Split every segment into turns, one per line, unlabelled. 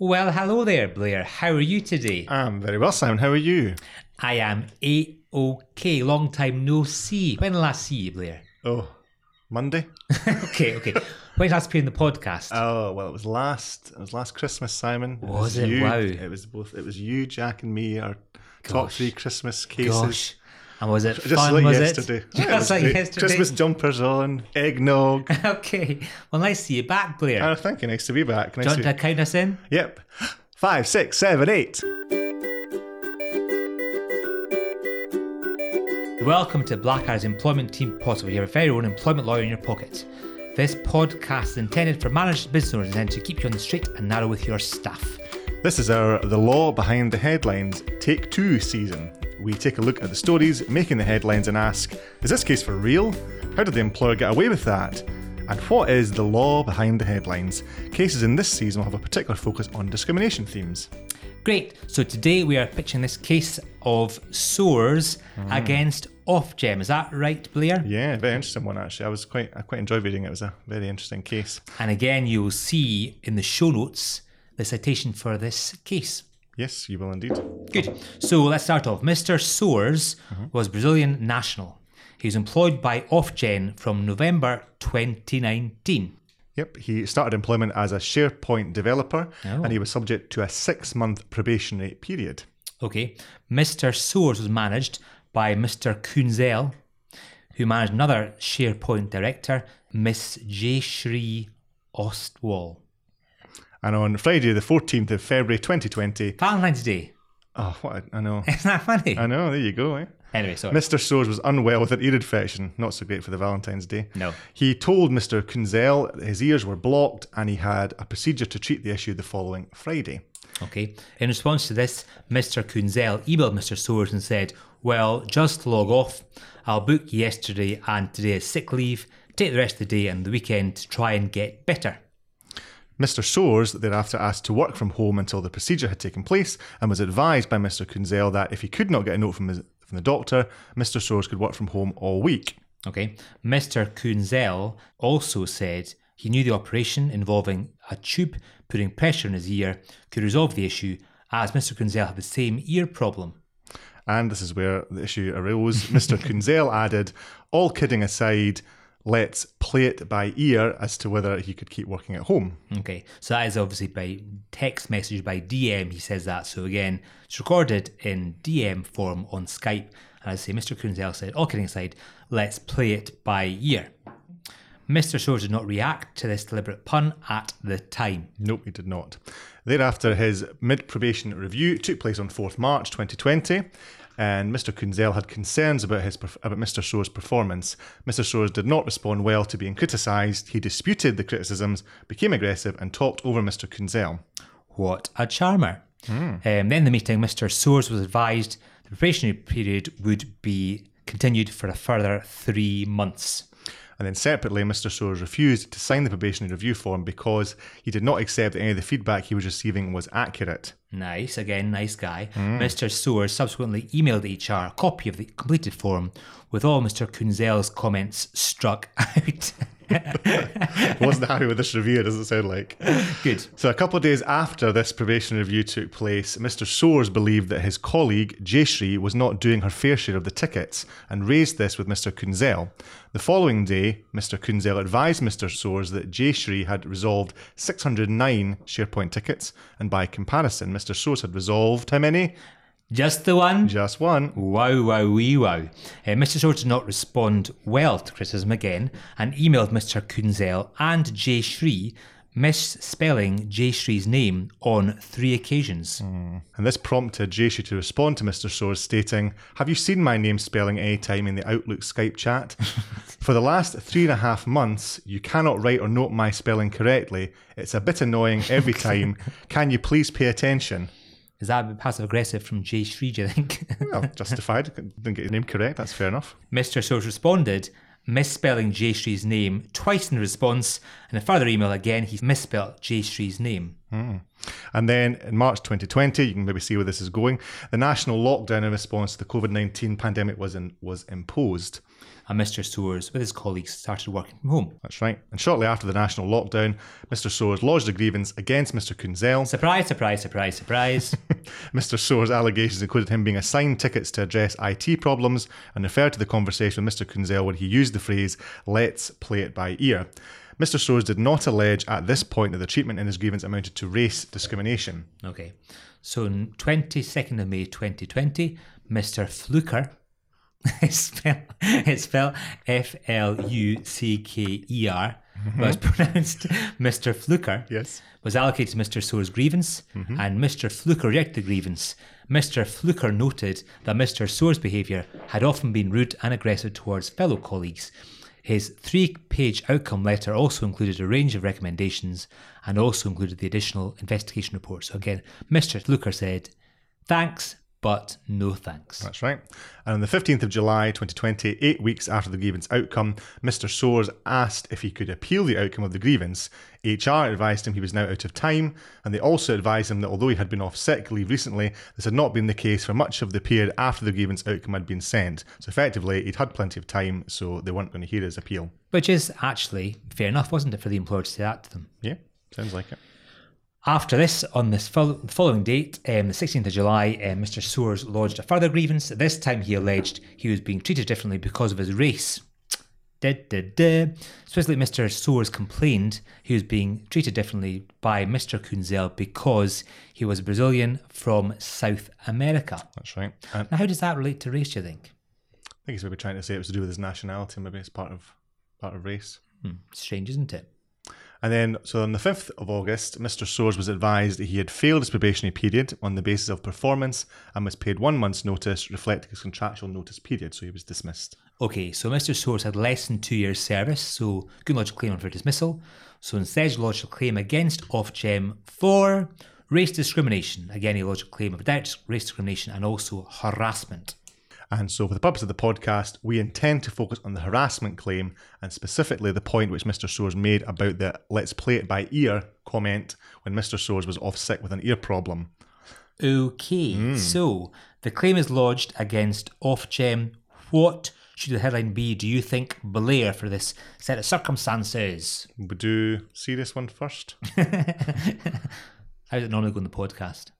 Well, hello there, Blair. How are you today?
I'm very well, Simon. How are you?
I am A OK. Long time no see. When last see you, Blair?
Oh, Monday.
okay, okay. When last appear in the podcast?
Oh well, it was last. It was last Christmas, Simon.
Was
was
it?
You,
Wow.
It was both. It was you, Jack, and me. Our top
Gosh.
three Christmas cases.
Gosh. And was it
Just
fun?
like
was
yesterday.
it?
Yeah, it
Just
was
like
great.
yesterday.
Christmas jumpers on, eggnog.
okay. Well, nice to see you back, Blair.
oh, thank you. Nice to be back. Nice
Do you
to
want
be-
to count us in?
Yep. Five, six, seven, eight.
Welcome to Blackadder's Employment Team Pod, where you have your very own employment lawyer in your pocket. This podcast is intended for managers and business owners and to keep you on the straight and narrow with your staff.
This is our The Law Behind the Headlines Take Two season. We take a look at the stories making the headlines and ask Is this case for real? How did the employer get away with that? And what is the law behind the headlines? Cases in this season will have a particular focus on discrimination themes.
Great. So today we are pitching this case of SOARS against Ofgem. Is that right, Blair?
Yeah, very interesting one actually. I was quite I quite enjoyed reading it. It was a very interesting case.
And again, you will see in the show notes the citation for this case.
Yes, you will indeed.
Good. So let's start off. Mr. Soares was Brazilian national. He was employed by Ofgen from November 2019.
Yep, he started employment as a SharePoint developer
Oh.
and he was subject to a six month probationary period.
Okay. Mr. Soares was managed by Mr. Kunzel, who managed another SharePoint director, Miss J. Shree Ostwall.
And on Friday, the 14th of February 2020,
Valentine's Day.
Oh, what a, I know.
Isn't that funny?
I know. There you go. Eh?
Anyway, sorry.
Mr. Soares was unwell with an ear infection. Not so great for the Valentine's Day.
No.
He told Mr. Kunzel that his ears were blocked and he had a procedure to treat the issue the following Friday.
Okay. In response to this, Mr. Kunzel emailed Mr. Soares and said, Well, just log off. I'll book yesterday and today as sick leave. Take the rest of the day and the weekend to try and get better.
Mr. Soares thereafter asked to work from home until the procedure had taken place and was advised by Mr. Kunzel that if he could not get a note from, his, from the doctor, Mr. Soares could work from home all week.
Okay. Mr. Kunzel also said he knew the operation involving a tube putting pressure in his ear could resolve the issue, as Mr. Kunzel had the same ear problem.
And this is where the issue arose. Mr. Kunzel added, all kidding aside, let's play it by ear as to whether he could keep working at home.
Okay, so that is obviously by text message by DM. He says that. So again, it's recorded in DM form on Skype. And as I say, Mr. Kunzel said, all kidding aside, let's play it by ear. Mr. Shores did not react to this deliberate pun at the time.
Nope, he did not. Thereafter, his mid probation review took place on 4th March 2020. And Mr. Kunzel had concerns about his perf- about Mr. Soares' performance. Mr. Soares did not respond well to being criticised. He disputed the criticisms, became aggressive, and talked over Mr. Kunzel.
What a charmer. Um, then the meeting, Mr. Soares was advised the probationary period would be continued for a further three months.
And then separately, Mr. Soares refused to sign the probationary review form because he did not accept that any of the feedback he was receiving was accurate.
Nice, again, nice guy. Mr. Sewers subsequently emailed HR a copy of the completed form with all Mr. Kunzel's comments struck out.
He wasn't happy with this review, it doesn't sound like.
Good.
So, a couple of days after this probation review took place, Mr. Soares believed that his colleague, Jayshree, was not doing her fair share of the tickets and raised this with Mr. Kunzel. The following day, Mr. Kunzel advised Mr. Soares that Jayshree had resolved 609 SharePoint tickets, and by comparison, Mr. Soares had resolved how many?
Just the one?
Just one.
Wow, wow, wee, wow. Uh, Mr. Sewers did not respond well to criticism again and emailed Mr. Kunzel and Jay Shree, misspelling Jay Shree's name on three occasions.
And this prompted Jayshree to respond to Mr. Soares, stating, Have you seen my name spelling any time in the Outlook Skype chat? For the last three and a half months, you cannot write or note my spelling correctly. It's a bit annoying every time. Can you please pay attention?
Is that a bit passive aggressive from Jay Shree, do you think?
Well, justified. Didn't get your name correct. That's fair enough.
Mr. Soares responded, misspelling Jayshree's name twice in response, and a further email again, he misspelled Jayshree's name.
And then in March 2020, you can maybe see where this is going. The national lockdown in response to the COVID 19 pandemic was, in, was imposed.
And Mr. Sewers, with his colleagues, started working from home.
That's right. And shortly after the national lockdown, Mr. Soares lodged a grievance against Mr. Kunzel.
Surprise, surprise, surprise, surprise.
Mr. Soares' allegations included him being assigned tickets to address IT problems and referred to the conversation with Mr. Kunzel when he used the phrase, let's play it by ear. Mr. Soares did not allege at this point that the treatment in his grievance amounted to race discrimination.
okay. So, on 22nd of May 2020, Mr. Fluker, it's spelled, it's spelled F L U C K E R, but it's pronounced Mr. Fluker.
Yes.
was allocated to Mr. Soares' grievance, and Mr. Fluker rejected the grievance. Mr. Fluker noted that Mr. Soares' behaviour had often been rude and aggressive towards fellow colleagues. His three page outcome letter also included a range of recommendations and also included the additional investigation report. So, again, Mr. Fluker said, Thanks, but no thanks.
That's right. And on the 15th of July 2020, eight weeks after the grievance outcome, Mr. Soares asked if he could appeal the outcome of the grievance. HR advised him he was now out of time, and they also advised him that although he had been off sick leave recently, this had not been the case for much of the period after the grievance outcome had been sent. So effectively, he'd had plenty of time, so they weren't going to hear his appeal.
Which is actually fair enough, wasn't it, for the employer to say that to them?
Yeah, sounds like it.
After this, on this fol- following date, um, the 16th of July, um, Mr. Soares lodged a further grievance. This time he alleged he was being treated differently because of his race. Da, da, da. Specifically, Mr. Soares complained he was being treated differently by Mr. Kunzel because he was Brazilian from South America.
That's right. And I
Now, how does that relate to race, do you think?
think he's maybe trying to say it was to do with his nationality, maybe it's part of part of race.
Strange, isn't it?
And then, so on the 5th of August, Mr. Soares was advised that he had failed his probationary period on the basis of performance and was paid one month's notice, reflecting his contractual notice period. So he was dismissed.
Okay, so Mr. Soares had less than two years' service, so couldn't lodge a claim on for dismissal. So instead, he lodged a claim against Ofgem for race discrimination. Again, he lodged a claim of direct race discrimination and also harassment.
And so, for the purpose of the podcast, we intend to focus on the harassment claim and specifically the point which Mr. Soares made about the let's play it by ear comment when Mr. Soares was off sick with an ear problem.
Okay, so the claim is lodged against Ofgem. What should the headline be, do you think, Blair, for this set of circumstances?
We do see this one first.
How does it normally go in the podcast?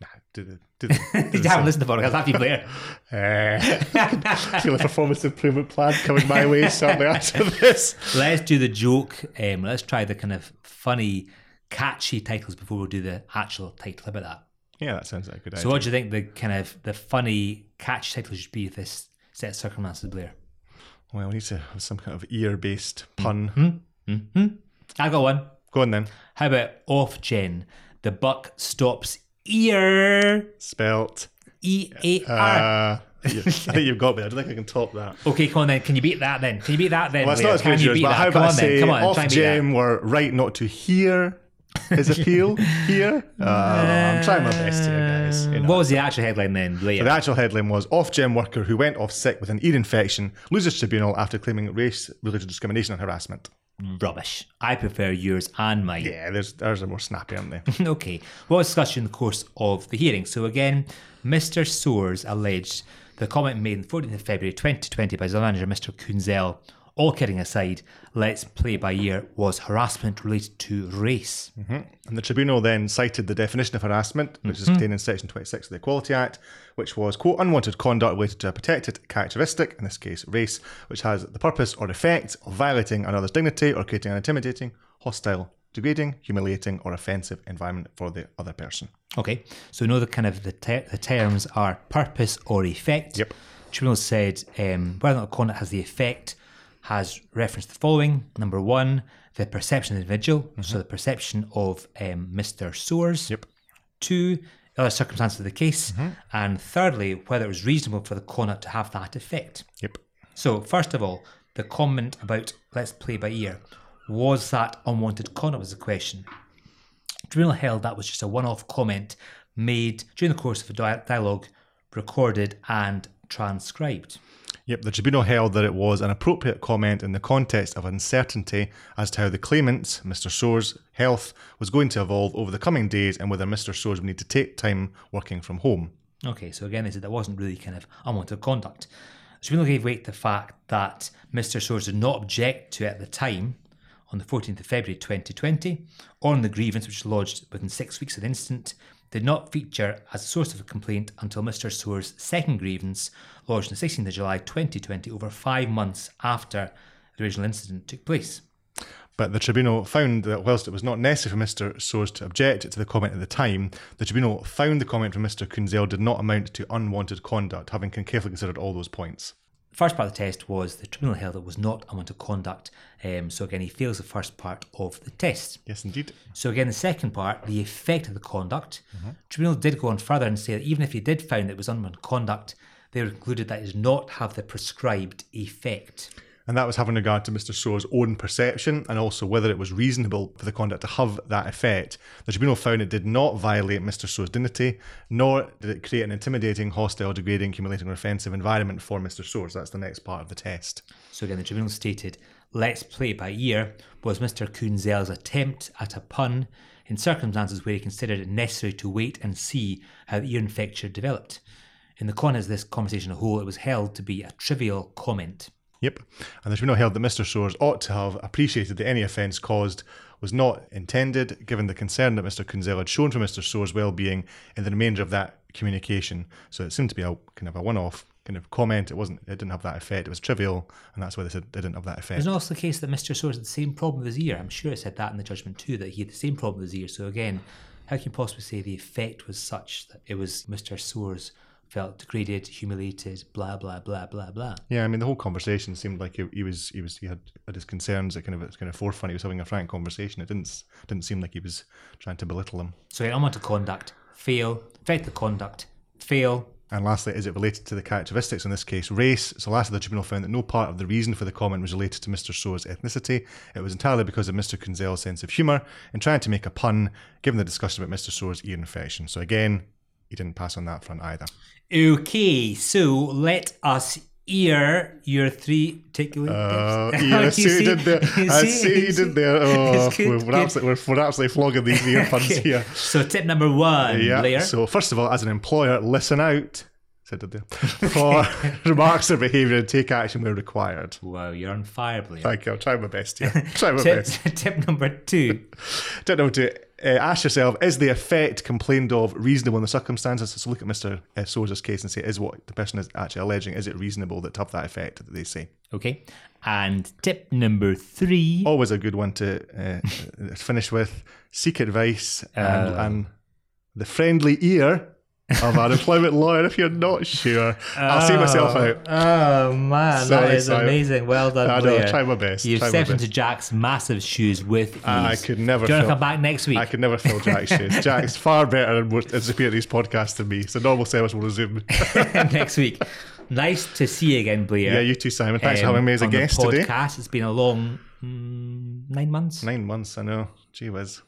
Nah, do the, do the, do
You
the
haven't listened to the podcast, have you, Blair?
Eh, feel a performance improvement plan coming my way certainly after this.
Let's do the joke. Um, let's try the kind of funny, catchy titles before we do the actual title. How about that?
Yeah, that sounds like a good
So,
idea.
what do you think the kind of the funny, catchy title should be? for This set of circumstances, Blair.
Well, we need to have some kind of ear-based pun.
Mm-hmm. I got one.
Go on then.
How about off gen? The buck stops ear
Spelt.
e a r.
Uh, yeah, I think you've got me. I don't think I can top that.
Okay, come on then. Can you beat that then? Can you beat that then?
Well, it's
Blair?
not as good
Can
as
you
yours,
beat
but
that?
how
come
about I
on then.
say
Come on, try
off
and beat that.
Jim were right not to hear his appeal here? Uh, I'm trying my best here, guys. You know.
What was the actual headline then,
The
Blair?
actual headline was off gem worker who went off sick with an ear infection loses tribunal after claiming race, religious discrimination, and harassment.
Mm, Rubbish. I prefer yours and mine.
Yeah, there's ours are more snappy, aren't they?
Okay, what was discussed in the course of the hearing? So again, Mr. Soares alleged the comment made on 14th of February 2020 by his manager, Mr. Kunzel, all kidding aside, let's play by ear, was harassment related to race.
And the tribunal then cited the definition of harassment, which is contained in Section 26 of the Equality Act, which was, quote, unwanted conduct related to a protected characteristic, in this case race, which has the purpose or effect of violating another's dignity or creating an intimidating, hostile, degrading, humiliating, or offensive environment for the other person.
Okay, so know the kind of the, ter- the terms are purpose or effect.
Yep.
Tribunal said um, whether or not conduct has the effect has reference to the following: number one, the perception of the individual, so the perception of um, Mr. Soares. Yep. Two, other circumstances of the case, and thirdly, whether it was reasonable for the conduct to have that effect.
Yep.
So first of all, the comment about let's play by ear was that unwanted conduct was the question. Tribunal held that was just a one-off comment made during the course of a dia- dialogue, recorded and transcribed.
Yep, the tribunal held that it was an appropriate comment in the context of uncertainty as to how the claimant's, Mr. Soare's, health was going to evolve over the coming days and whether Mr. Soares would need to take time working from home.
Okay, so again, they said that wasn't really kind of unwanted conduct. The tribunal gave weight to the fact that Mr. Soares did not object to it at the time, on the 14th of February 2020, on the grievance which was lodged within six weeks of the incident, did not feature as a source of a complaint until Mr. Soares' second grievance, lodged on the 16th of July 2020, over five months after the original incident took place.
But the tribunal found that whilst it was not necessary for Mr. Soares to object to the comment at the time, the tribunal found the comment from Mr. Kunzel did not amount to unwanted conduct, having carefully considered all those points.
The first part of the test was the tribunal held it was not unwanted conduct. Um, so again, he fails the first part of the test.
Yes, indeed.
So again, the second part, the effect of the conduct, tribunal did go on further and say that even if they did find that it was unwanted conduct, they concluded that it does not have the prescribed effect.
And that was having regard to Mr. Soare's own perception and also whether it was reasonable for the conduct to have that effect. The tribunal found it did not violate Mr. Soare's dignity, nor did it create an intimidating, hostile, degrading, humiliating, or offensive environment for Mr. Soares. That's the next part of the test.
So again, the tribunal stated, let's play it by ear, was Mr. Kunzel's attempt at a pun in circumstances where he considered it necessary to wait and see how the ear infection developed. In the context of this conversation as a whole, it was held to be a trivial comment.
Yep. And the tribunal held that Mr. Soares ought to have appreciated that any offence caused was not intended, given the concern that Mr. Kunzel had shown for Mr. Soares' well-being in the remainder of that communication. So it seemed to be a kind of a one-off kind of comment. It wasn't. It didn't have that effect. It was trivial, and that's why they said they didn't have that effect.
It's also the case that Mr. Soares had the same problem with his ear. I'm sure it said that in the judgment too, that he had the same problem with his ear. So again, how can you possibly say the effect was such that it was Mr. Soares felt degraded, humiliated, blah, blah, blah, blah, blah?
Yeah, I mean the whole conversation seemed like he, he was he was he had, had his concerns at kind of at kind of forefront. He was having a frank conversation. It didn't s- didn't seem like he was trying to belittle them.
So again, unwanted conduct, fail, effect of conduct, fail.
And lastly, is it related to the characteristics, in this case race? So lastly, the tribunal found that no part of the reason for the comment was related to Mr. Soare's ethnicity. It was entirely because of Mr. Kunzel's sense of humour in trying to make a pun, given the discussion about Mr. Soare's ear infection. So again, he didn't pass on that front either.
Okay, so let us hear your three particular
Uh,
tips.
yeah, I
You
see what you did there.
You
I
see?
see what you did there. Oh,
It's good,
we're,
good.
we're, absolutely, we're, we're absolutely flogging these ear puns
Okay,
here.
So tip number one,
Yeah.
Blair.
So first of all, as an employer, listen out. Said it there. For remarks or behaviour and take action where required.
wow, you're on fire, Blair.
Thank you. I'll try my best here. Try my
tip,
best.
tip number two.
don't know to uh, ask yourself is the effect complained of reasonable in the circumstances so look at mr uh, Soares' case and say is what the person is actually alleging is it reasonable that to have that effect that they say
Okay. And tip number three.
always a good one to uh, uh, finish with seek advice and,
Uh.
and the friendly ear of our employment lawyer if you're not sure i'll see myself out
Oh, man, that
Sorry,
is
sorry.
amazing. Well done,
I know,
Blair.
try my best,
You've
try my
stepped
best.
into Jack's massive shoes with ease.
I- I could never
Do you want to
fill-
come back next week?
I could never fill Jack's shoes. Jack's far better and more and superior to these podcasts than me. So normal service will resume.
next week. Nice to see you again, Blair.
yeah, you too, Simon. Thanks for
um,
having me as a
on the
guest
podcast.
today.
It's been a long mm, nine months.
Nine months, I know. Gee whiz.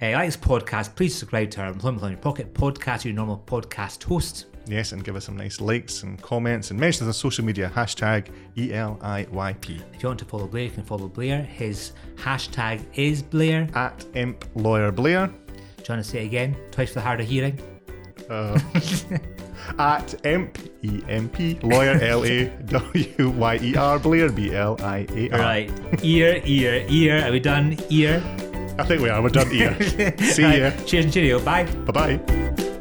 Uh, like this podcast, please subscribe to our Employment on Your Pocket podcast, your normal podcast host.
Yes, and give us some nice likes and comments and mention us on social media hashtag E ELIYP
If you want to follow Blair, you can follow Blair. His hashtag is Blair. Do
at Imp Lawyer Blair,
you want to say it again? Twice for the hard of hearing.
at Imp E M P Lawyer L A W Y E R Blair B L I A
All
R.
right. ear, ear, ear. Are we done? Ear.
I think we are. We're done here. See
All right.
ya.
Cheers and cheerio. Bye.
Bye bye.